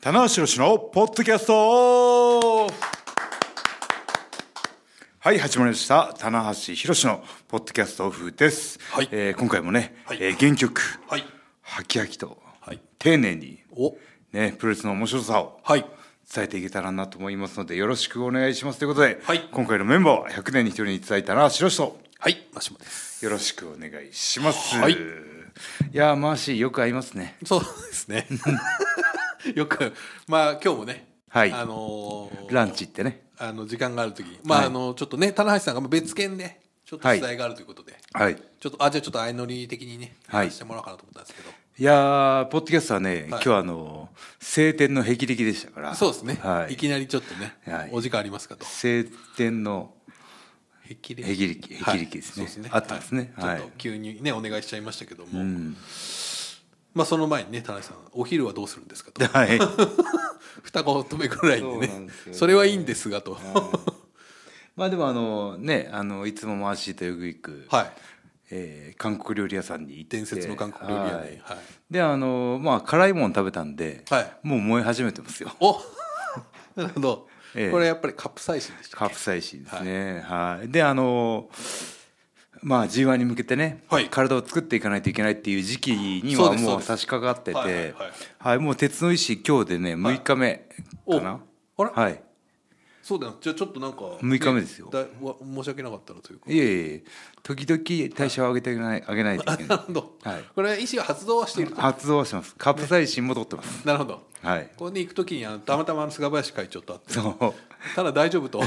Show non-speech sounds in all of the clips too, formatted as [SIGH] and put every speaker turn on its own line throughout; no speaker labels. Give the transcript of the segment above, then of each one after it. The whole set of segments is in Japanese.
棚橋宏のポッドキャストはい始まりました棚橋宏のポッドキャストオフです、
はい
えー今回もね、
はい
えー原曲
はい。
はきはきと、
はい
丁寧に、
お。
ね、プロレスの面白さを
はい。
伝えていけたらなと思いますのでよろしくお願いしますということで、
はい
今回のメンバーは100年に1人にいただいた棚橋宏と
はい。マシモです。
よろしくお願いします、
はい
いやーマーシーよく合いますね
そうですね。 [LAUGHS] よく、まあ今日もね、
はい
あのー
ランチ行ってね
あの時間があるときに、まあ、
はい
あのちょっとね、棚橋さんがまあ別件で、ちょっと
はい
取材があるということで、
はい
ちょっと、あ、じゃあちょっと相乗り的にね、
はい
話してもらおうかなと思ったんですけど、
いやーポッドキャストはね、今日はあの晴天の霹靂でしたから
そうですね、、
はいい、
きなりちょっとね、
はい
お時間ありますかと。
晴天の [LAUGHS]
霹靂
霹靂
はい
霹靂ですね
そうですね。
あったんですね
はい
はい
ちょっと急にね、お願いしちゃいましたけども、まあその前にね、田中さん、お昼はどうするんですかと。
はい
双子乙女ぐらいで
そうなん
ね
ですよ
そ
ね
れはいいんですがと、
まあでもあのねあのいつもマーシーとよく行く、
[LAUGHS] はい
えー韓国料理屋さんに行って
伝説の韓国料理屋
は
で、
い
はい
であのまあ辛いもの食べたんで、
はい
もう燃え始めてますよ
お [LAUGHS] なるほど、
ええ
これやっぱりカプサイシンでした
カ
っけ
プサイシンですねはい、であのまあ G1 に向けてね、
はい
体を作っていかないといけないっていう時期に
そう
は
ですそう
もう
です
差し掛かって
はいは
て
いはい
はいもう鉄の意志今日でね6日目かな、
おあれ
はい
そうだよじゃあちょっとなんか
六日目ですよ
ねだいわ申し訳なかったなというか
いえいえ時々代謝を上げてあげない上げないといけ
[LAUGHS] な
ない
るほど、
はい
これは意思が発動はしていると
発動はしますカプサイシンも取ってます、
なるほど
はい
ここに行くときにあのたまたまあの菅林会長と会って [LAUGHS]
そう
ただ大丈
[LAUGHS]
夫と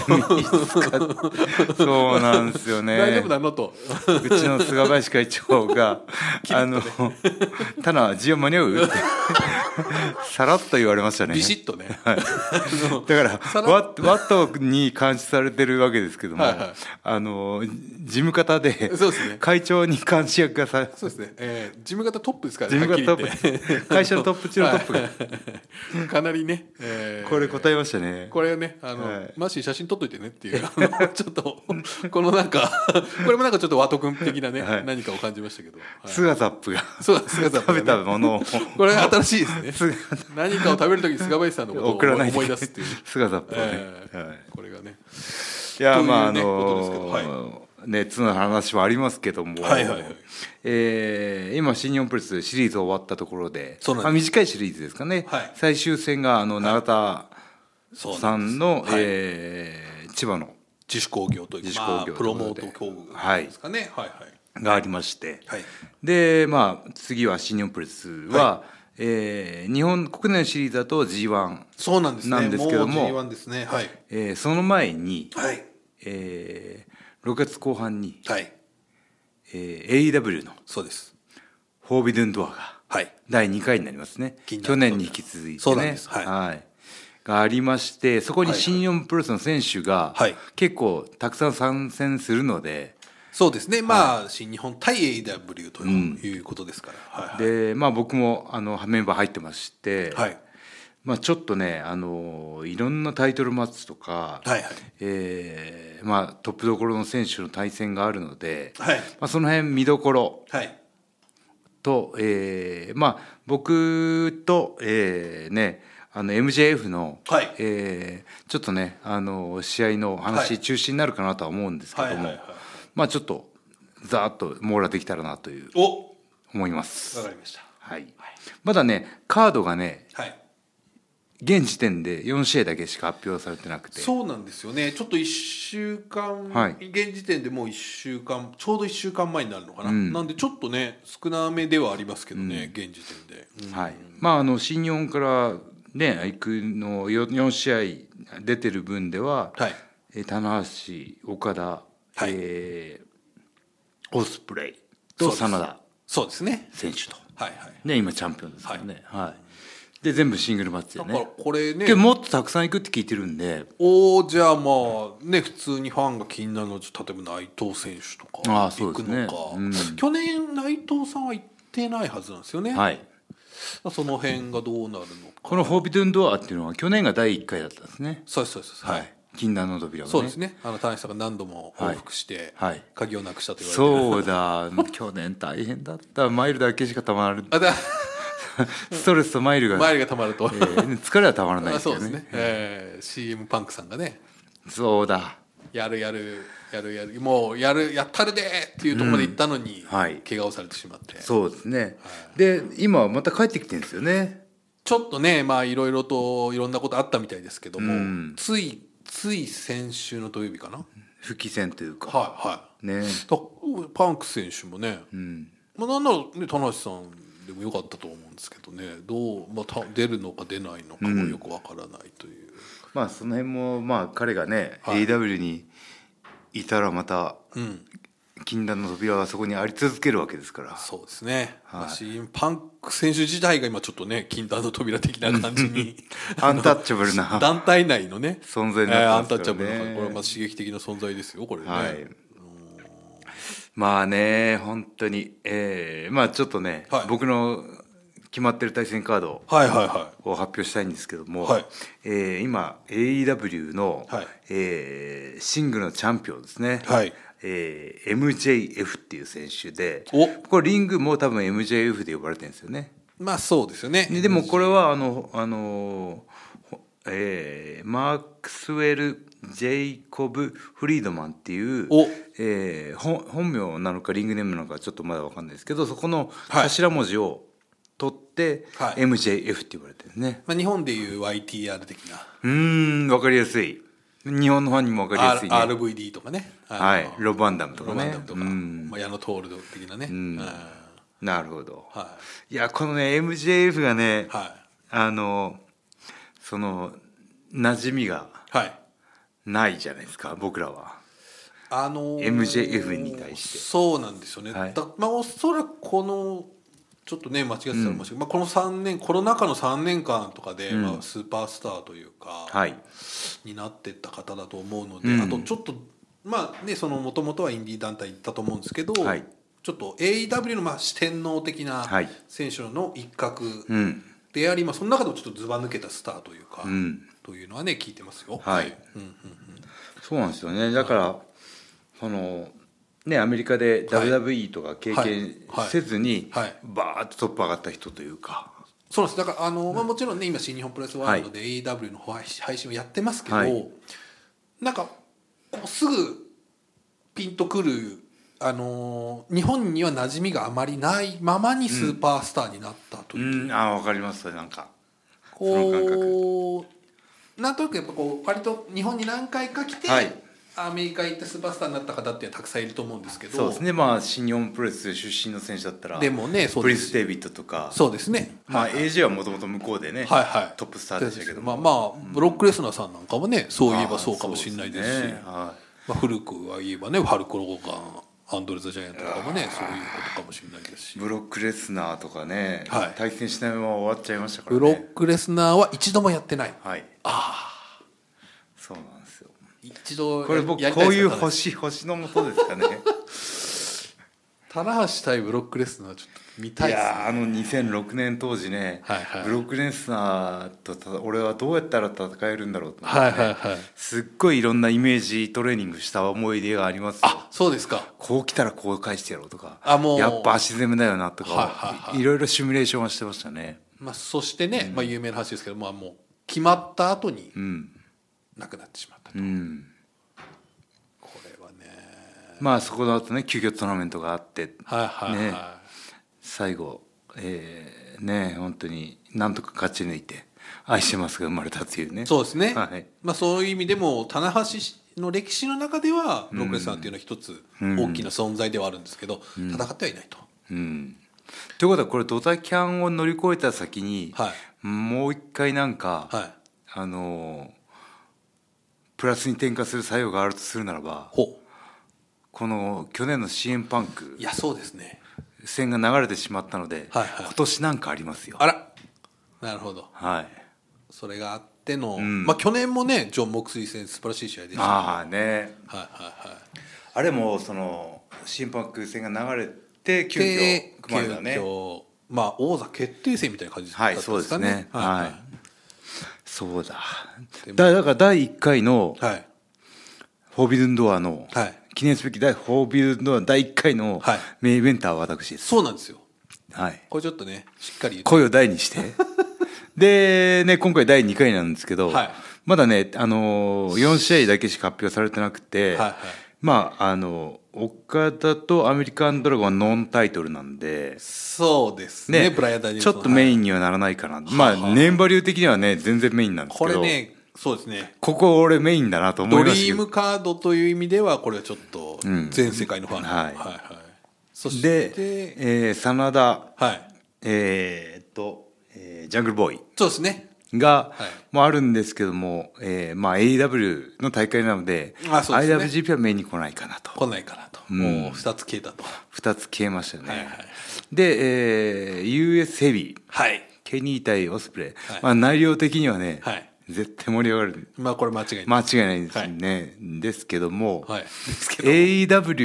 そうなんですよね
大丈夫なのと
うちの菅林会長が「あのタナ G1 間に合う?」ってさらっと言われましたね
ビシッとね、 [LAUGHS] あの
だから
さら
ワワットに監視されてるわけですけども、
はいはい
あの事務方で
そうですね
会長に監視役がさ
そうですね、えー、事務方トップですから
事
ね
務方ト
はっきり言って
ップ会社のトップ中のトップが、
はい [LAUGHS] かなりね、えー
これ答えましたね
これねあの、
はい
マッシー写真撮っといてねっていうあの [LAUGHS] ちょっとこのなんか [LAUGHS] これもなんかちょっと和徳君的なね、
はい
何かを感じましたけど、はい
菅ザップが
そうなんです菅さん
食べたものを
これ新しいです
菅
ね何かを食べる時に菅林さんのことを
送らない
思い出すっ
[LAUGHS]
ていう、
菅ザップをね、
えー
はい
これがね
いやまああ
というねことですけど
の熱の話はありますけども、
はいはいはい
えー今新日本プロレスシリーズ終わったところで
そうなんです
まあ、短いシリーズですかね、
はい
最終戦があの永田
そう
さ
なんです
んの、
はい
えー千葉の
自主興行というか
自主興行
まあ、プロモー
とい
ト
うこと
競
で
合ですかね、はい、はい
がありまして、
はい
でまあ次は新日本プロレスは、えー日本国内のシリーズだと g 1、
そうなんですね
なんですけども
う G1 ですねはい
えーその前に、
はい
え6月後半に、
はい
えー AEW の
そうです
フォービドゥンドアが
はい
第2回になりますね
気になる
去年に引き続いてね
そうなんですはい
がありましてそこに
はいはい
新日本プロレスの選手が
はい
結構たくさん参戦するので、
そうですね、まあ、新日本対 AEW ということですから、はいはい
でまあ、僕もあのメンバー入ってまして、
はい
まあ、ちょっとねあのいろんなタイトルマッチとか、
はいはい
えーまあ、トップどころの選手の対戦があるので、
はい
まあ、その辺見どころ
はい
と、えーまあ僕と、えーねあの MJF の、
はい
えーちょっとねあの試合の
は
話
い
中心になるかなとは思うんですけども、
はいはいはい
まあちょっとざーっと網羅できたらなという
おわ
思います、
かりました
はい、まだねカードがね
はい
現時点で4試合だけしか発表されてなくて
そうなんですよねちょっと1週間、
はい
現時点でもう1週間ちょうど1週間前になるのかな、
うん
なんでちょっとね少なめではありますけどね、現時点で、うん
はい、まああの新日本からね行くの 4, 試合出てる分では、
はい
えー棚橋岡田、
はい
えーオスプレイ
そ
と
うです
真田
そうですね
選手と、
はいはい
ね、今チャンピオンですからね、はいで全部シングルマッチで
だ
ね
からこれね
けどもっとたくさん行くって聞いてるんで
おーじゃあまあね普通にファンが気になるのはちょっと例えば内藤選手とか
あーそう
行
で
く
すね
のか、去年内藤さんは行ってないはずなんですよね、
はい
その辺がどうなるのか
この「フォービドゥンドア」っていうのは去年が第1回だったんですね
そうですそうです、はい
禁断の扉がね
そうですねあの田中さんが何度も往復して、
はいはい
鍵をな
[LAUGHS]
くしたと言われてる
そうだ去年大変だったマイルだけしかたまら
あだ
ストレスとマイルが、
マイルが [LAUGHS] たまると、
えー疲れはたまらない
[LAUGHS] あ
です
そう
よ
ですね
ね、。
えー、CM パンクさんがね
そうだ。
やるやるやるやるもうやるやったるでーっていうところまで行ったのに、
うんはい
怪我をされてしまって
そうですね。で、今はまた帰ってきてるんですよね。
ちょっとねまあいろいろといろんなことあったみたいですけども、
うん
ついつい先週の土曜日かなはい
復帰戦というか。
はい
ね。
だパンク選手もね、
うん。
まあ、なんならね田無さんでもよかったと思うんですけどねどう、まあ、た出るのか出ないのかもよくわからないという、
まあ、その辺も、まあ、彼がね、
はい
AW にいたらまた、
うん、
禁断の扉はそこにあり続けるわけですから。
そうですね、
はい
まあシーンパンク選手自体が今ちょっとね禁断の扉的な感じ
[LAUGHS]
に
アンタッチャブル
[LAUGHS]
な
団体内のね
存在に
えー
な
ア
っ
ンタ
てま
ッ
すか
チャブルな
ら
感じ
ね。
これはまあ刺激的な存在ですよこれね、
はい。まあね、本当に、えーまあちょっとね、
はい
僕の決まってる対戦カード
はいはいは
を発表したいんですけども、
はい
えー今 AEW の、
はい
えーシングルのチャンピオンですね、
はい
えー MJF っていう選手で
お
これリングも多分 MJF で呼ばれてるんですよね
いまあそうですよね
ででもこれはあの、あのほえーマークスウェル・ジェイコブ・フリードマンっていう
お、
えーほ本名なのかリングネームなのかちょっとまだ分かんないですけどそこの
はい
頭文字を取って、
はい
MJF って言われてるね
まあ、日本でいう YTR 的な
うーん分かりやすい日本のファンにも分かりやすいね、
R- RVD とかね
は
あ
い
の、
ロバンダムとか
ロ
ね
マンダムとか、
うん
まあ、矢野徹的なね、
ん
うん
なるほど、、
はい
やこのね MJF がね、
いは
あのその馴染みが
いはい
ないじゃないですか僕らは
あのー
MJF に対して
そうなんですよね、
はい
だまあおそらくこのちょっとね間違ってたら申し訳ない、まあ、この3年コロナ禍の3年間とかで、まあ、スーパースターというか、
はい
になってった方だと思うので、あとちょっとまあねそのもともとはインディー団体行ったと思うんですけど、
はい
ちょっと AEW のまあ四天王的な
はい
選手の一角
うん
であり、まあ、その中でもちょっとずば抜けたスターというか、
うん
というのはね聞いてますよ。
はい
うんうん
そうなんですよねだから、そのねアメリカで
はい
WWE とか経験
はい
せずに、
はい
バーッとトップ上がった人というか
そうなんですだからあの、まあ、もちろんね今新日本プロレスワールドで AEW の配信配信をやってますけど、
はい
なんかこうすぐピンとくる、あのー日本には馴染みがあまりないままにスーパースターになったと
う
いう、
んあわかりますなんかその感
こうなんとなくやっぱこう割と日本に何回か来て、
はい
アメリカ行ってスーパースターになった方ってたくさんいると思うんですけど
そうですねまあ新日本プロレス出身の選手だったら
でもねそう
プ
で
リ
す
ス・デイビッドとか
そうですね
まあ AJ はもともと向こうでね、
はいはい、
トップスターでしたけども
まあまあブロックレスナーさんなんかもねそういえばそうかもしれないです
あ
し
ーそうねはい
まあ、古くは言えばねハルコ・ローガンアンドレ・ザ・ジャイアントとかもねそういうことかもしれないですし
ブロックレスナーとかね、
はい
対戦しないまま終わっちゃいましたからね
ブロックレスナーは一度もやってない
はいああそうなんですよ
一度
これ僕
やり
こ
た
う
で
い
す
う
ね
星星のもとです
[LAUGHS]
かね
棚橋対ブロックレスナーちょっと見
い
たいですね
やーあの2006年当時ね、
はいはい
ブロックレスナーとた俺はどうやったら戦えるんだろうと思ってね、
はいはいはい
すっごいいろんなイメージトレーニングした思い出がありますよ
あそうですか
こう来たらこう返してやろうとか
あもう
やっぱ足攻めだよなとか、
はい
い
はいはい
ろいろシミュレーションはしてましたね
まあそしてね、まあ有名な話ですけどまあもう決まった後に
うん
亡くなってしまった、
うん
これはね
まあそこの後ね急遽トーナメントがあって
はいはいはい、
ね最後、えーね本当になんとか勝ち抜いて愛してますが生まれたというね
そうですね、
はい
まあ、そういう意味でも棚橋の歴史の中ではブロックレスナーっていうのは一つ大きな存在ではあるんですけど、戦ってはいないと、
うんということはこれドタキャンを乗り越えた先に、
は
もう一回なんか、
はい
あのープラスに転化する作用があるとするならば
ほ
この去年の CM パンク
ういやそうですね
戦が流れてしまったので、
はいはい
今年なんかありますよ
あらなるほど
はい
それがあっての、
ん
まあ、去年もねジョン・モクスリー戦素晴らしい試合でしたはい
まあね
はいはい
あれもその CM パンク戦が流れて急
で
遽組まれたね
急遽まあ王座決定戦みたいな感じだ
は
っ
い、
たん
そう
で
ですす
か
ね
ね。
はい。
は
そうだ。
でも
だだから第1回の
いはい
フォービルンドアの、
はい
記念すべき第フォービルンドア第1回の
はい
メインイベンターは私です。
そうなんですよ
はい、
これちょっとねしっかり言って
声を大にして [LAUGHS] で、ね、今回第2回なんですけど、
はい
まだね、あのー、4試合だけしか発表されてなくて、
はいはい
まああの岡田とアメリカンドラゴンはノンタイトルなんで。
そうですね
ね、
ブライアン・ダニエル
ち
ソ
ょ
ン
っとメイ
はい
ンにはならないかな、
はあ
まあ年場流的にはね全然メインなんですけ
こ
ど
れねそうですね
ここ俺メインだなと思い
ド
ま
リ
したけ
ー
ど
ムカードという意味ではこれはちょっと
ん
全世界のファン、
はい
はいはいそし
で、
て
えー真田
はい
えーっと、えージャングルボーイ
そうですね
が、
はい
もあるんですけども、えーまあ、AEW の大会なので
あそうですね
IWGP は目に来ないかなと
来ないかなと、
ん
もう2つ消えたと
2つ消えましたよね、
はいはい
で、えー US ヘビー
はい
ケニー対オスプレイ、
はい
まあ、内容的にはね、
はい
絶対盛り上がる
まあこれ間違いない、
間違いないですね、ですけども、
はいですけど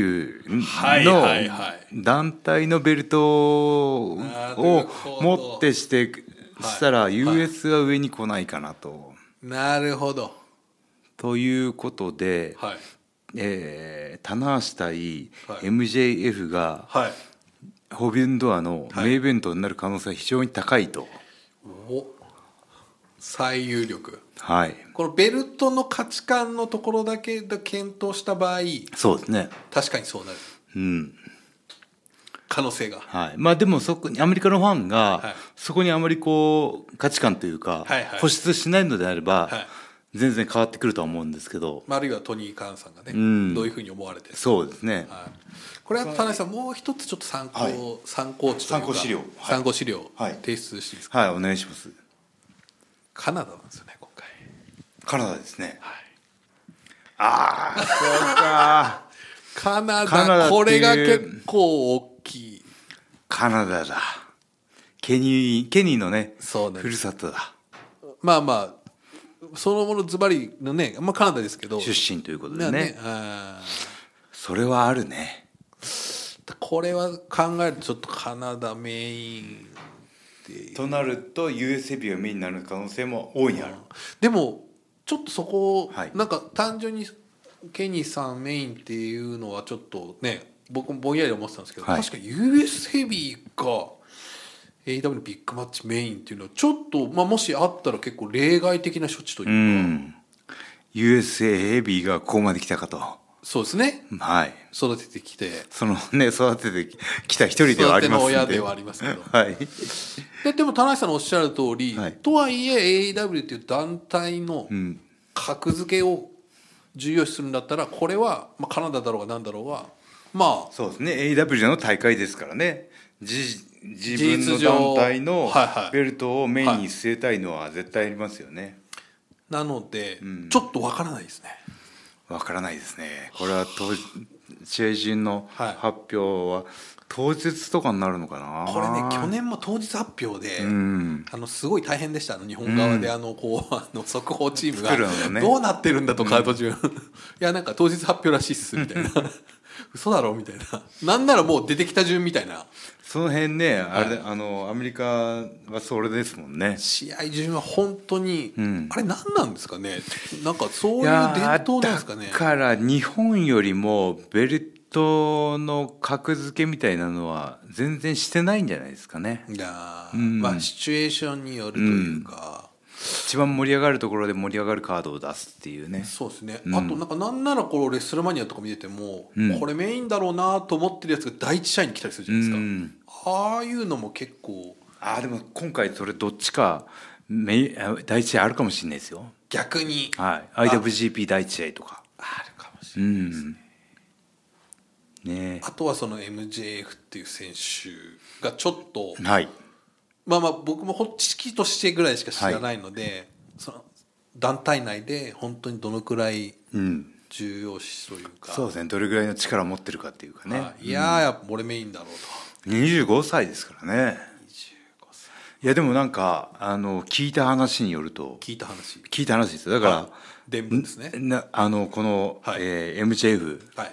AEW
はいはいは
の団体のベルトを
なるほど
持ってしてしたら
はい
US は上に来ないかなと。
なるほど
ということで、
はい
えー棚橋対
はい
MJF が
はい
ホビンドアの
はい
名イベントになる可能性は非常に高いと。
お最有力
はい、
このベルトの価値観のところだけで検討した場合
そうですね。
確かにそうなる
うん。
可能性が
はい、まあでもそこにアメリカのファン
はい
がそこにあまりこう価値観というか
はいはい
固執しないのであれば
は
全然変わってくるとは思うんですけど
まああるいはトニー・カーンさんがね、
ん
どういうふうに思われてる
そうですね
はい、これは田中さんもう一つちょっと参考、
はい
参考値という
参
か
考資料はい
参考資料を
はい
提出していいですか、
はいお願いします
カナダなんですよね今回
カナダですね
はい
そうか
カナダ
カナダっていう
これが結構大きい
カナダだケニーケニーのね
そうな
ふ
んで
る
す
さとだ
まあまあそのものズバリのね、まあ、カナダですけど
出身ということ
ま
で
あ
ね
ねあ
それはあるね
ーこれは考えるとちょっとカナダメインで
となると USB がメインになる可能性も大いにある
でもちょっとそこを、
はい
なんか単純にケニーさんメインっていうのはちょっとね僕もぼんやり思ってたんですけど、
はい
確か US ヘビーか AW ビッグマッチメインっていうのはちょっと、まあ、もしあったら結構例外的な処置という
う
か、
ん USA ヘビーがここまで来たかと
そうですね
はい
育ててきて
そのね育ててきた一人ではありますん
育
で
ての親ではあります
[LAUGHS]
けど
はい
ででも田中さんのおっしゃる通り、
はい
とはいえ AEW っていう団体の
ん
格付けを重要視するんだったらこれは、まあ、カナダだろうが何だろうがまあ
そうですね AW の大会ですからね自自分
事実
の
上
団体の
はいはい
ベルトをメインに据えたいのは絶対ありますよね
なので、ちょっとわからないですね
わからないですねこれは当日試合順の
はい
発表は当日とかになるのかな
これね去年も当日発表で、
ん
あのすごい大変でしたあの日本側で、あのこうあの速報チームが
作るのね
どうなってるんだとカード中、いやなんか当日発表らしいっすみたいな嘘だろみたいななんならもう出てきた順みたいな
その辺ねあれ、あのアメリカはそれですもんね
試合順は本当に、
ん
あれ何なんですかねなんかそういう
い
伝
やー
統なんですかね
だから日本よりもベルトの格付けみたいなのは全然してないんじゃないですかね
いやー、
ん
まあシチュエーションによるというか、
一番盛り上がるところで盛り上がるカードを出すっていうね
そうですね、あとなんかなんならこうレッスルマニアとか見てても、
うん
これメインだろうなと思ってるやつが第一試合に来たりするじゃ
う
ないですか、
ん
ああいうのも結構
あーでも今回それどっちかメイあ第一試合あるかもしれないですよ
逆にあ
はい、IWGP 第一試合とか
るかもし
う
れない、
んね
あとはその MJF っていう選手がちょっと
えはい
まあまあ僕もほ知識としてぐらいしか知らないので、その団体内で本当にどのくらい
うん
重要視というか、
そうですねどれぐらいの力を持ってるかっていうかね、
はいいやーやっぱ俺メインだろうと
25歳ですからねいやでもなんかあの聞いた話によると
聞いた話
聞いた話ですよだから、
はい伝聞ですね
なあのこの、
はい
えー MJF
はい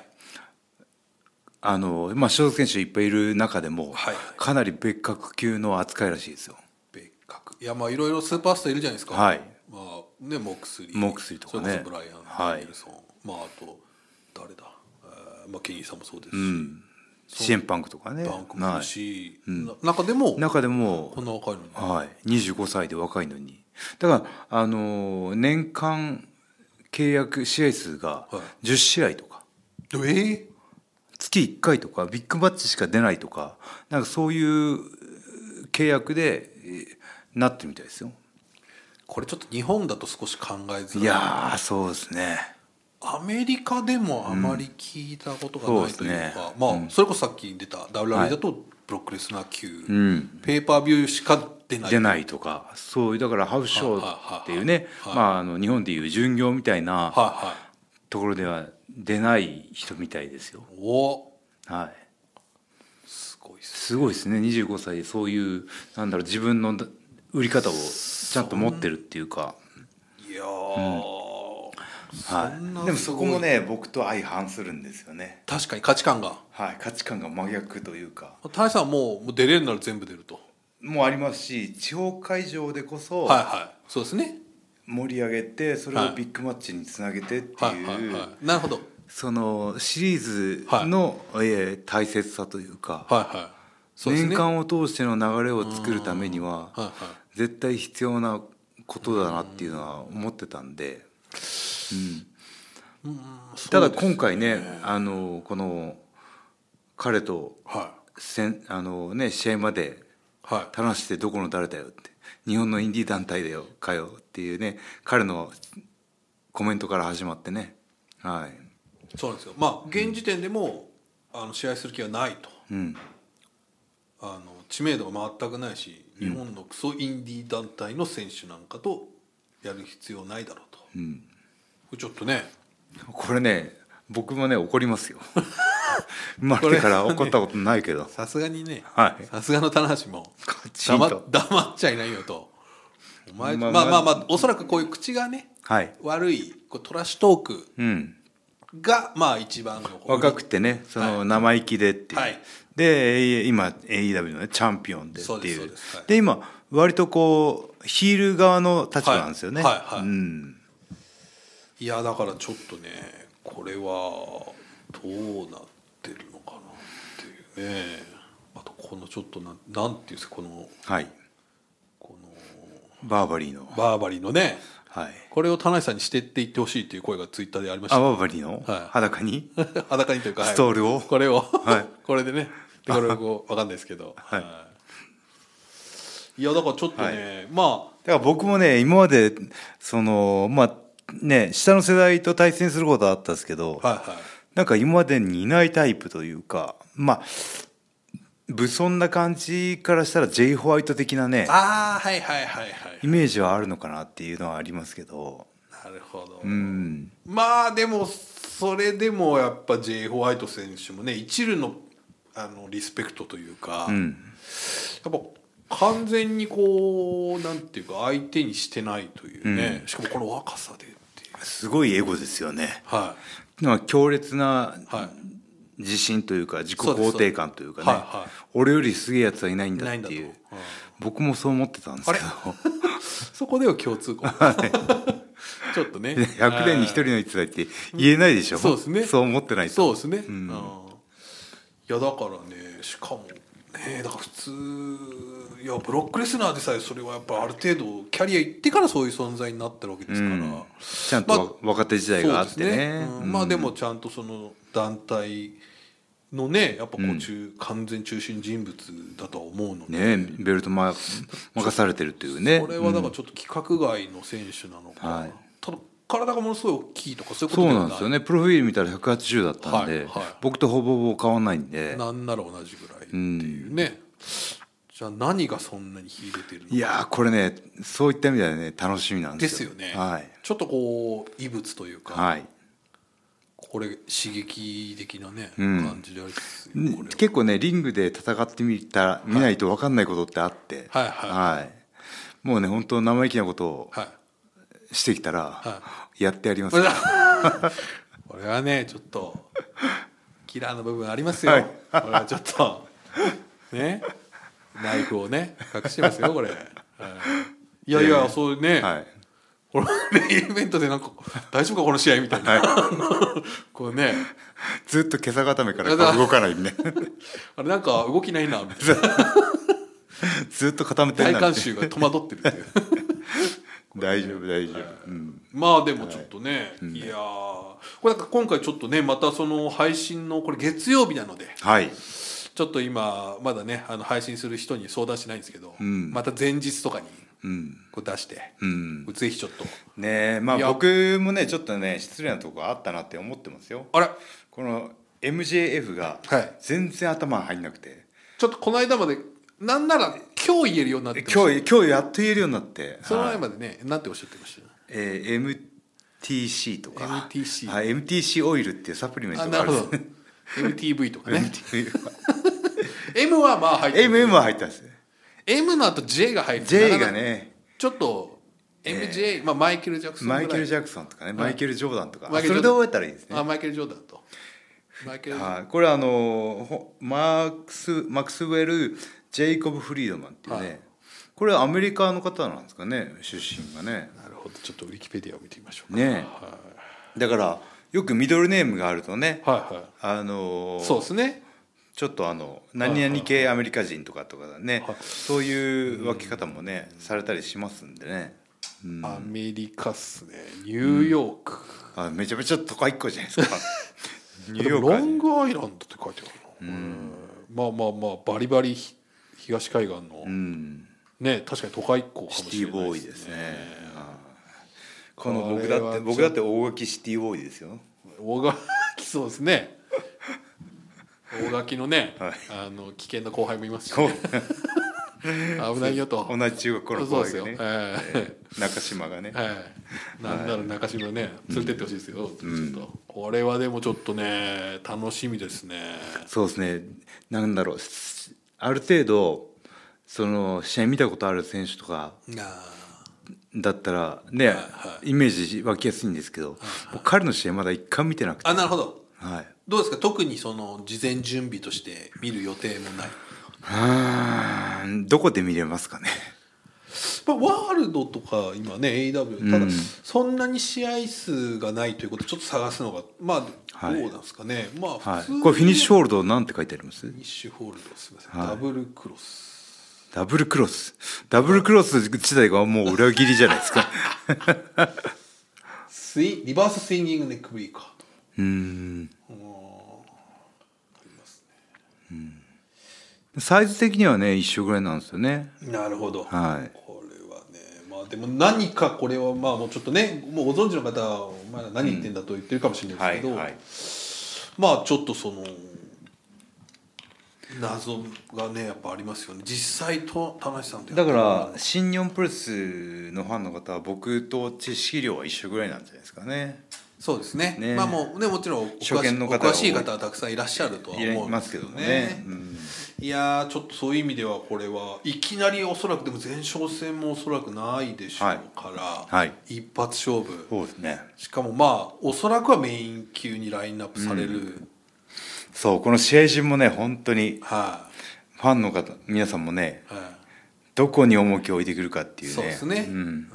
あの、まあ、所属選手いっぱいいる中でも、
はい
かなり別格級の扱いらしいですよ
別格いやまあいろいろスーパースターいるじゃないですか
はい
まあねモクスリー
モクスリーとかね
それこそブライアン・
はい
ダニエルソン、まああと誰だ、えーまあ、ケニーさんもそうですし、
んシエンパンクとかね
バンクもい
な
る
い
し、
ん
な中でも
中でも
こんな若いのに
はい、25歳で若いのにだから、あのー年間契約試合数が
は
10試合とか、
え
月1回とかビッグマッチしか出ないとかなんかそういううー契約でえーなってるみたいですよ
これちょっと日本だと少し考えづらい
いやーそうですね
アメリカでもあまり聞いたことが
うん
ないと
そ
いうう
ですね
か、まあそれこそさっき出た WWE だとブロックレスナー級、
うん
ペーパービューしか出ない
出ないとかそういうだからハウスショーっていうね
はいはいはいはい
まああの日本でいう巡業みたいな
はいは
ところでは出ない人みたいですよ
いお
はい
すごいっす
すごいですね25歳でそういうなんだろう自分の売り方をちゃんと持ってるっていうか、
いやー、
は、
そんない
でもそこもね僕と相反するんですよね、
確かに価値観が
はい、価値観が真逆というか
大さんはもうもう出れるなら全部出ると
もありますし地方会場でこそ
はいはいそうですね
盛り上げてそれを
はい
ビッグマッチにつなげてって
はい
いう、
はいはいなるほど
そのシリーズの、えー大切さというか、
はいはいそうです
年
ね
間を通しての流れを作るためには、
はいはい
絶対必要なことだなっていうのは思ってたんで、うんただ今回ねあのこの彼と
は
せんあの、ね、試合まで
いはい
垂らしてどこの誰だよって日本のインディー団体だよかよっていうね彼のコメントから始まってねはい、
そうなんですよまあ現時点でも、あの試合する気はないと
うん、
あの知名度が全くないし日本のクソインディー団体の選手なんかとやる必要ないだろうと、ちょっとね
これね僕もね怒り [LAUGHS] ますよ生まれてから怒ったことないけど、
さすがにね
はい
さすがの棚橋も
カチン
黙
と
黙っちゃいないよとお前、
まあ
まあ、
ま
ま
あ
あまあ、おそらくこういう口がね
はい
悪いこうトラッシュトーク
うん
がまあ一番の
若くてねその
は
生意気でっていう、
はい
で A- 今 AEW の、ね、チャンピオンでって
そうです
い
そう
う
ですはい
で今割とこうヒール側の立場なんですよね、
はいはいはい
うん、
いやだからちょっとねこれはどうなってるのかなっていうねあとこのちょっとなんなんていうんですかこの
はい
この
バーバリーの
バーバリーのね
はい
これを田内さんにしてって言ってほしいっていう声がツイッターでありまし
あ
た
バーバリーの、
はい
裸に
裸にというか、はい
ストールを
これを、
はい
[LAUGHS] これでねでこれをこう分かんないですけど、
[LAUGHS] はい
い、いやだからちょっとね、まあ
だから僕もね今までそのまあね下の世代と対戦することはあったんですけど、
はいはい
なんか今までにいないタイプというかまあ武装な感じからしたら J ホワイト的なね
ああはいはいはいはい
イメージはあるのかなっていうのはありますけど、
なるほど、
うん、
まあでもそれでもやっぱ J. ホワイト選手もね一縷のあのリスペクトというか、
う
やっ
ん、
ぱ完全にこうなんていうか相手にしてないというね、しかもこの若さでっていう
すごいエゴですよね。
は
まあ強烈ない
はい
自信というか自己
そうです
肯定感というかね、
はいはい
俺よりすげえやつはいないん
い
だ
ない
っ
んだ
て
と、
いう
うん
僕もそう思ってたんですけど
そこでは共通項 [LAUGHS] ちょっとね
[LAUGHS] 100年に一人の逸材って言えないでしょ、
そうですね
そう思ってないと
そうですね、うんいやだからねしかもねだから普通いやブロックレスナーでさえそれはやっぱある程度キャリア行ってからそういう存在になってるわけですから、
うんちゃんと若手時代があってね,
そうです
う、
うんんまあでもちゃんとその団体のねやっぱこう中、完全中心人物だとは思うので、
ねベルトま任されてるというね
これはだからちょっと規格外の選手なのか、
はい
ただ体がものすごい大きいとかそういうこ
そう
とでは
な
なんい
ですよねプロフィール見たら180だったんで、
はいはい
僕とほぼほぼ変わんないんで
なんなら同じぐらいっていうね、じゃあ何がそんなに秀でてるのか
いやーこれねそういった意味ではね楽しみなん
で
です
す
よ
よね、
はい、
ちょっとこう異物というか、
はい、
これ刺激的なね、
うん
感じでありますよ
ね
これ
結構ねリングで戦ってみたら見ないと分かんないことってあって
はいはい
いもうね本当生意気なことを
は、はい
してきたら、
は
やってやりま
[LAUGHS] こ
す
れ
よ
だこれはねちょっとキラーの部分ありますよ、
はい
これはちょっとねナイフをね隠してますよこれ、はいいやい
いやい
や
や
そうね、
はい
俺レインイベントでなんか大丈夫かこの試合みたいな、こうね
ずっと今朝固めからこう動かないね [LAUGHS]
あれなんか動きないなみたいな
ずっと固めて
大
んな
観
って
衆が戸惑ってるっていう
大丈夫大丈夫、うん、
まあでもちょっとね、い、やーこれなんか今回ちょっとねまたその配信のこれ月曜日なので
はい
ちょっと今まだねあの配信する人に相談してないんですけど、
ん
また前日とかに
うん
こう出して、
うん
ぜひちょっと
ねえまあ
いや
僕もねちょっとね失礼なとこあったなって思ってますよ
あれ
この MJF が
はい
全然頭入んなくて、
ちょっとこの間までなんなら今日言えるようになってました
今日今日やっと言えるようになって
その
はい
前までね、なんておっしゃってまし
えー MTC とか
MTC
はい、MTC オイルっていうサプリメン
たあ
ト
な
があ
る
る
ほ
んで
ど
すね
MTV とか
[LAUGHS]
ね
MT
M はまあ入ってる
MM は入ったんですね
M の後 J が入ってる
J がね
ちょっと MJ、まあ、マイケル・ジャクソンぐら
マ
い
イケル・ジャクソンとかねマイケル・ジョーダンとか
マイ
あ
ケ
そ
ルジ
れ
ョ
で覚
ーダン
えたらいいですね
あマイケル・ジョーダンとマイケル・ジョーダン
はい、これはあのほマークス・マックスウェル・ジェイコブ・フリードマンっていうね、
はい
これはアメリカの方なんですかね出身がね
なるほどちょっとウィキペディアを見てみましょうか
ねだからよくミドルネームがあるとね、
はいは
あの
いそうですね
ちょっとあの何々系アメリカ人とかとかね、そういう分け方もね、されたりしますんでね、うん
アメリカっすねニューヨーク、
あめちゃめちゃ都会っ子じゃないですか [LAUGHS] ニュー
で
ヨ
もロ
ー
ン
ク
グアイランドって書いてあるな、うんまあまあまあバリバリひ東海岸の、
うん
ね確かに都会っ子かも
シ
し
ティ
れない
ボーイですねあーこの僕
これ
だっ
はち
て
ょ
僕だって大垣シティボーイですよ
大垣そうですね大垣のね、
はい
あの危険な後輩もいますし、ね、 [LAUGHS] 危ないよと
同じ中学校の
そ
後
うで
輩
すよ、
がね
ええ
中島がね、
はい、なんなら中島ね連れてってほしいですよ、ちょっとこれはでもちょっとね楽しみですね
そうですねなんだろうすある程度その試合見たことある選手とかだったらね、
は
イメージ湧きやすいんですけど、僕彼の試合まだ一回も見てなくて、
あなるほど
はい、
どうですか特にその事前準備として見る予定もない、
うーんどこで見れますかね
まあ、ワールドとか今ね AW ただそんなに試合数がないということちょっと探すのがまあ
はい
どうなんですかね、まあ
は
普通に
いこれフィニッシュホールドなんて書いてあります
フィニッシュホールドすみません、
はい
ダブルクロス
ダブルクロスダブルクロス自体がもう裏切りじゃないです [LAUGHS] か
スイリバーススインギングネックブリーカー
うーんサイズ的にはね一緒ぐらいなんですよね
なるほど、
はい
これはねまあでも何かこれはまあもうちょっとねもうご存知の方はお前ら何言ってんだと言ってるかもしれないですけど、まあちょっとその謎がねやっぱありますよね実際と田無さんと
だから新日本プロレスのファンの方は僕と知識量は一緒ぐらいなんじゃないですかね
そうですね
ね
まあもうねもちろんお詳し
初見の方が
お
多い
詳しい方はたくさんいらっしゃるとは思うん
いますけどねうん
いやーちょっとそういう意味ではこれはいきなりおそらくでも前哨戦もおそらくないでしょうから、
はいは
一発勝負
そうですね
しかもまあおそらくはメイン級にラインナップされる、
そうこの試合順もね本当に
は
ファンの方皆さんもね
い、は
どこに重きを置いてくるかって
い
いうね
そうですね、
ん
うん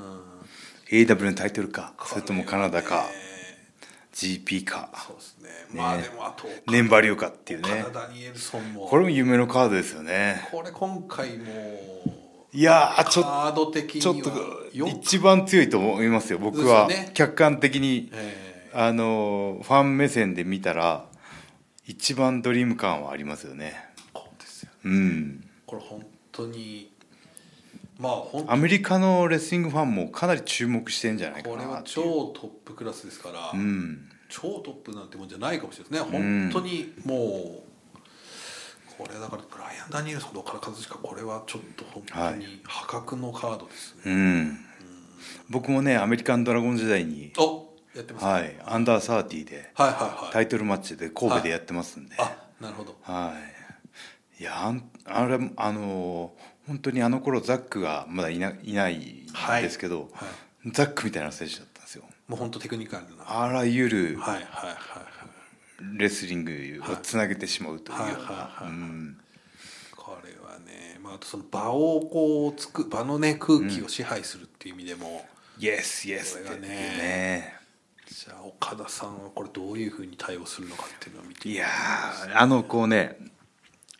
AW のタイトルかそれともカナダ
え
か
ー
GP か
そうですねまあでもあと、
ネンバリューかっていう
カ
ね
ナダニエルソンも
こ
これ
れも夢のカードですよね
今回も
いやーち
カ
ょっ
ード的に
ち
は
ょっと
よく
一番強いと思いますよ僕は
そうですよね
客観的に、
え
あのファン目線で見たら一番ドリーム感はありますよね
ーこうですよ
うん
これ本当にまあ本当
アメリカのレスリングファンもかなり注目してんじゃないか
これ
な
は
っていう
超トップクラスですから、
うん
超トップなんてもんじゃないかもしれないですね本当にもう、これだからブライアン・ダニエルソンと岡田和親これはちょっと本当に破格のカードですね、
うん僕もねアメリカンドラゴン時代に
おやってますね、
はいアンダーサーティで
はい、はいはい
タイトルマッチで神戸でやってますんで、
あなるほど
はい、いやあんあれあの本当にあの頃ザックがまだいないないんですけど、
はい
ザックみたいな選手だったんですよ
もう本当テクニカルなはい
あらゆる
はいはいはい
レスリングをつなげてしまうというよ
はいうはい
な
はい
うん
これはね、まあ、あとその場をこうつく場のね空気を支配するっていう意味でも、
イエスイエ
こ
ス
れ
っ
が
て
ね
ね
じゃあ岡田さんはこれどういうふうに対応するのかっていうのを見て
いやーあのこうね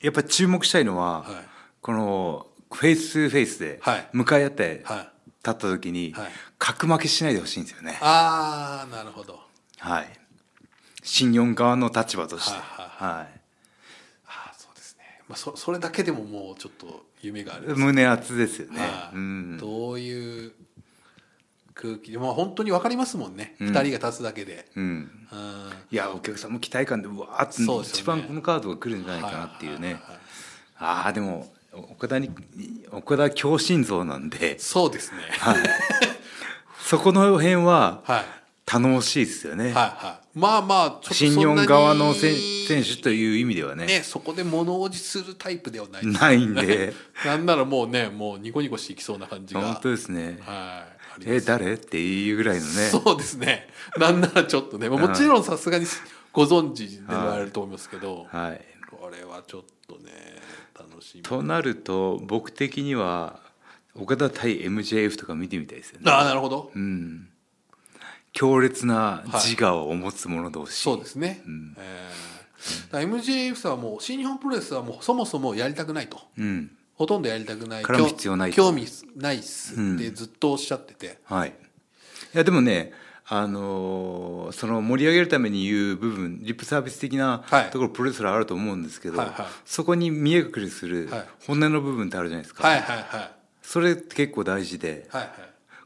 やっぱり注目したいのは、
はい
このフェイスフェイスで
はい
向かい合って立
はい
[LAUGHS] った時に、
はい
角負けしないでほしいんですよね。
ああなるほど
はい。新日本側の立場として、
は
は
い
い
ああそうですね、まあ、そそれだけでももうちょっと夢がある、
胸熱ですよね。
はい
うん。
どういう空気でまあ本当に分かりますもんね、
うん
二2人が立つだけで、
うん。
うん
いやお客さんも期待感でうわーって、
そうですよね
一番このカードが来るんじゃないかなっていうね。
はははは
ああでも岡田に岡田強心臓なんで
そうですね
そこの辺は
はい
頼もしいですよね。
はいはいまあまあちょっと
新日本側のせん選手という意味ではね
ねそこで物おじするタイプではない
ないん
[LAUGHS]
で
なんならもうねもうニコニコしていきそうな感じが
本当ですね。
はいあり
え
ます
誰っていうぐらいのね。
そうですねなんならちょっとねまあもちろんさすがにご存知で言われると思いますけど、
はい。
これはちょっとね楽しみ
となると僕的には岡田対 MJF とか見てみたいですよね。
ああなるほど、
うん。強烈な自我を持つ者同士。
そうですね、えーだから MJF さんはもう新日本プロレスはもうそもそもやりたくないと
うん。
ほとんどやりたくない
絡む必要ないと
興興味ないっすってずっとおっしゃってて、
はい。いやでもね。あのーその盛り上げるために言う部分リップサービス的な
はい
ところ、プロレスラーあると思うんですけど、
はいはい
そこに見え隠れする
はい
本音の部分ってあるじゃないですか、
はいはいはい
それって結構大事で
はいはい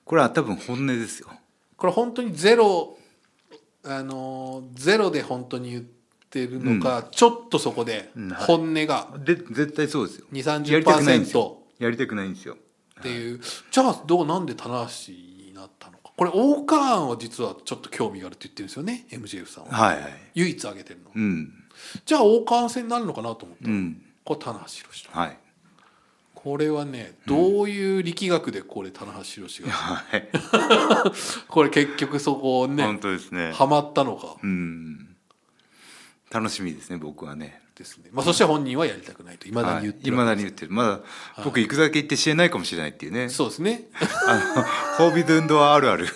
これは多分本音ですよ
これ本当にゼロあのーゼロで本当に言ってるのか、ちょっとそこで本音が
で絶対そうですよ
2 3
やりたくないんです
0
よやりたくないんですよ
っていう、じゃあどうなんで棚橋になったのかこれオーカーンは実はちょっと興味があるって言ってるんですよね MJF さんは
はいはい
唯一挙げてるの
うん
じゃあオーカーン戦になるのかなと思った
う
ら、
ん
これ棚橋宏だ
はい
これはねどういう力学でこれ棚橋宏が、
はい、
[LAUGHS] これ結局そこをね
本当ですね
ハマったのか
うん楽しみですね僕はね
ですね、まあ、そして本人はやりたくないといまだに
はい
言って
い
る
ま
わ
だ
け
に言ってるまだ僕行くだけ行って試合ないかもしれないっていうね
そうです
[LAUGHS]
ね
あのホービド運動はあるあ [LAUGHS] る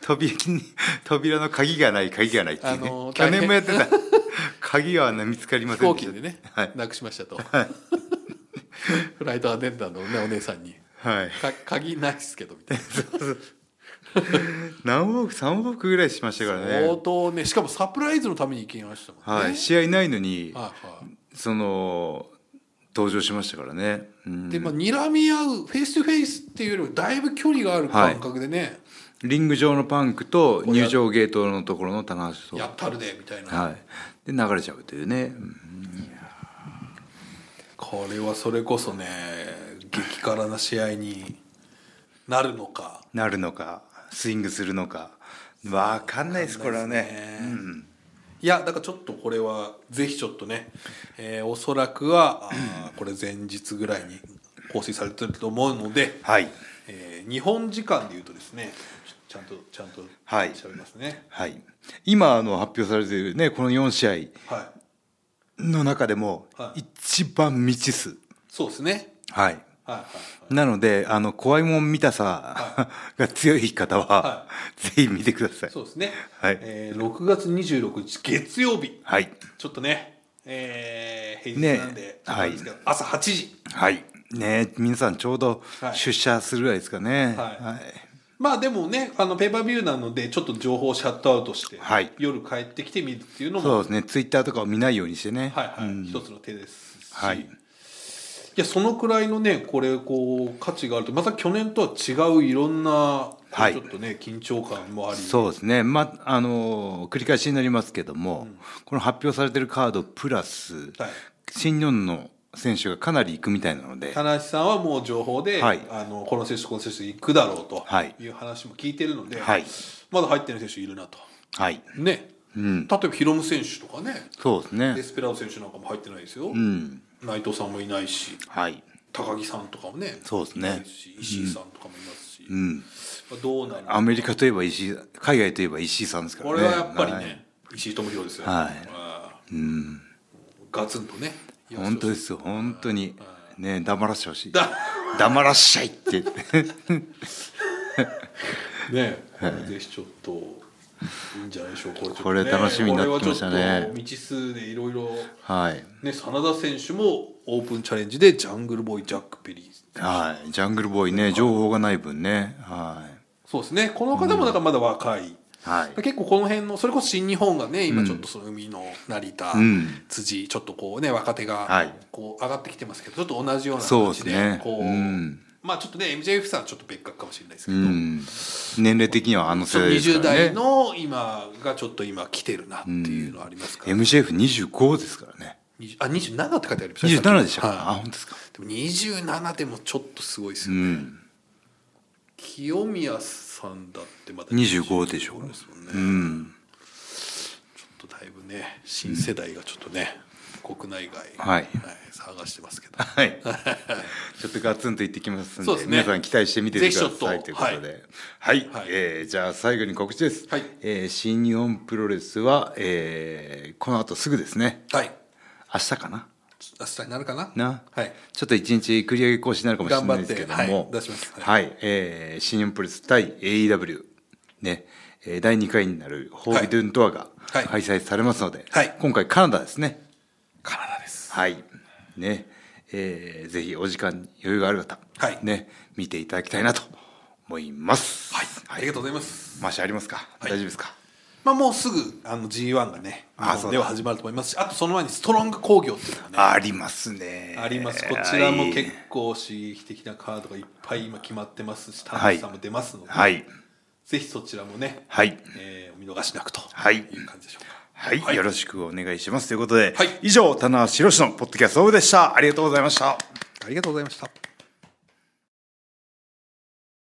扉に [LAUGHS] 扉の鍵がない鍵がないっていうね、
あのー
去
大変
年もやってた [LAUGHS] 鍵は、ね、見つかりま
飛
せん
行
でし
機
た
でね、
はい
なくしましたと、 [LAUGHS] フライトアテンダントの、ね、お姉さんに
はい
か鍵ないっすけどみたいな
何往復3往復ぐらいしましたから
相
ね、
当ねしかもサプライズのために行きましたもんね、
はい、試合ないのに
はいはい
その登場しましたからね、うん
でまあ睨み合うフェイストゥフェイスっていうよりもだいぶ距離がある感覚でね、
リング上のパンクと入場ゲートのところの棚橋
や
と、
ったるでみたいな、
はい、で流れちゃうというね、うん
これはそれこそね激辛な試合になるのか
なるのかスイングするのか分かんないですこれはねうん
いやだからちょっとこれはぜひちょっとね、えーおそらくはあーこれ前日ぐらいに更新されてると思うので、
はい
えー日本時間でいうとですねちゃんとちゃんと
はい
喋りますね、
はい今あの発表されているねこの4試
はい、
合の中でも
はい
一番未知数
そうですね
はい
はいはいはい
なのであの怖いもん見たさ [LAUGHS] が強い方は
は
ぜひ見てください
そうですね、
はい
えー6月26日月曜日
はい
ちょっとね、えー、平
ね
日なんで、ちょっとあれですけど朝8時
はいね皆さんちょうど
はい
出社するぐらいですかね
はい
はい
まあでもねあのペーパービューなのでちょっと情報をシャットアウトして、
はい
夜帰ってきて見るっていうのも
そうですね、ツイッターとかを見ないようにしてね、
はいはい一つの手ですし、
はい
いやそのくらいのねこれこう価値があるとまた去年とは違ういろんな、
はい
ちょっとね緊張感もあり
そうですね、まあの繰り返しになりますけども、この発表されてるカードプラス、
はい
新日本の選手がかなりいくみたいなので、
田中さんはもう情報で、
はい
あのこの選手この選手行くだろうと
はい
いう話も聞いてるので、
はい
まだ入ってない選手いるなと
はい、
ね、例えばヒロム選手とかね
そうですね
デ、スペラード選手なんかも入ってないですよ、
うん、
内藤さんもいないし
はい、
高木さんとかもね
そうですね
いないし石井さんとかもいますし、
うん、
まあどうなるのか
アメリカといえば石井、海外といえば石井さんですから
こ
ね、
れはやっぱりね、
はい
石井智弘ですよ、
はい
あーガツンとね
本当ですよ、本当に、ね、黙らせてほしい [LAUGHS]
だ、
黙らっしゃいって、
[LAUGHS]
[LAUGHS]
ね、ぜひちょっといいんじゃないでしょうかちょっとね
これ楽しみになってきましたね
これはちょっと未知数でいろいろ
はい
ね真田選手もオープンチャレンジでジャングルボーイジャック・ペリー
はいジャングルボーイね情報がない分ねは
そうですねこの方もなんかまだ若い、
いはい
結構この辺のそれこそ新日本がね今ちょっとその海の成田、
うん
辻ちょっとこうね若手
は
が
い
こう上がってきてますけどちょっと同じような
そう
感
で
じ
す
で
ね
こう
うん
まあちょっとね MJF さんはちょっと別格かもしれないですけ
う
ど、
ん年齢的にはあの
そ
世
う
代です
20
からね
代の今がちょっと今来てるなっていうのはありますから、
MJF25 ですからね
20あ27って書いてありました
27でした
はい
あ本当ですか
でも27でもちょっとすごいです
う
よ、
ん
清宮さんだってまだ
25でしょ
25ですもんね、
う
ち
ん
ょっとだいぶね新世代がちょっとね、国内外、
はい
探してますけど [LAUGHS]
はいちょっとガツンと行ってきますん
そう
で
ですね
皆さん期待してみてくだ
ぜひちょ
さ
っ
い
と
ということではい、
はい
えーじゃあ最後に告知です、
はい
えー新日本プロレスは、えーこの後すぐですね
はい
明日かな
明日になるかな
な
はい
ちょっと一日繰り上げ講師になるかもしれないですけども、
頑張ってはい出します
はい、えー新日本プロレス対 AEW ね、えー第2回になるホービドゥントアが
はい
開催されますので、
はい
今回カナダですね。
カナダです
はい、ね、えーぜひお時間に余裕がある方、
はい
ね、見ていただきたいなと思います。
はい、ありがとうございます
マシありますか、
はい
大丈夫ですか。
まあもうすぐあの G1 がね
あ
日
そ
本
うだ
では始まると思いますしあとその前にストロング工業っていうのがね
ありますね。
ありますこちらも
はい
結構刺激的なカードがいっぱい今決まってますし田
はい
中さんも出ますので、
はい、
ぜひそちらもね、
はい、
えーお見逃しなくと
はい
いう感じでしょうか、
はい、よろしくお願いしますということで、
はい
以上棚橋宏のポッドキャストオブでしたありがとうございました
ありがとうございました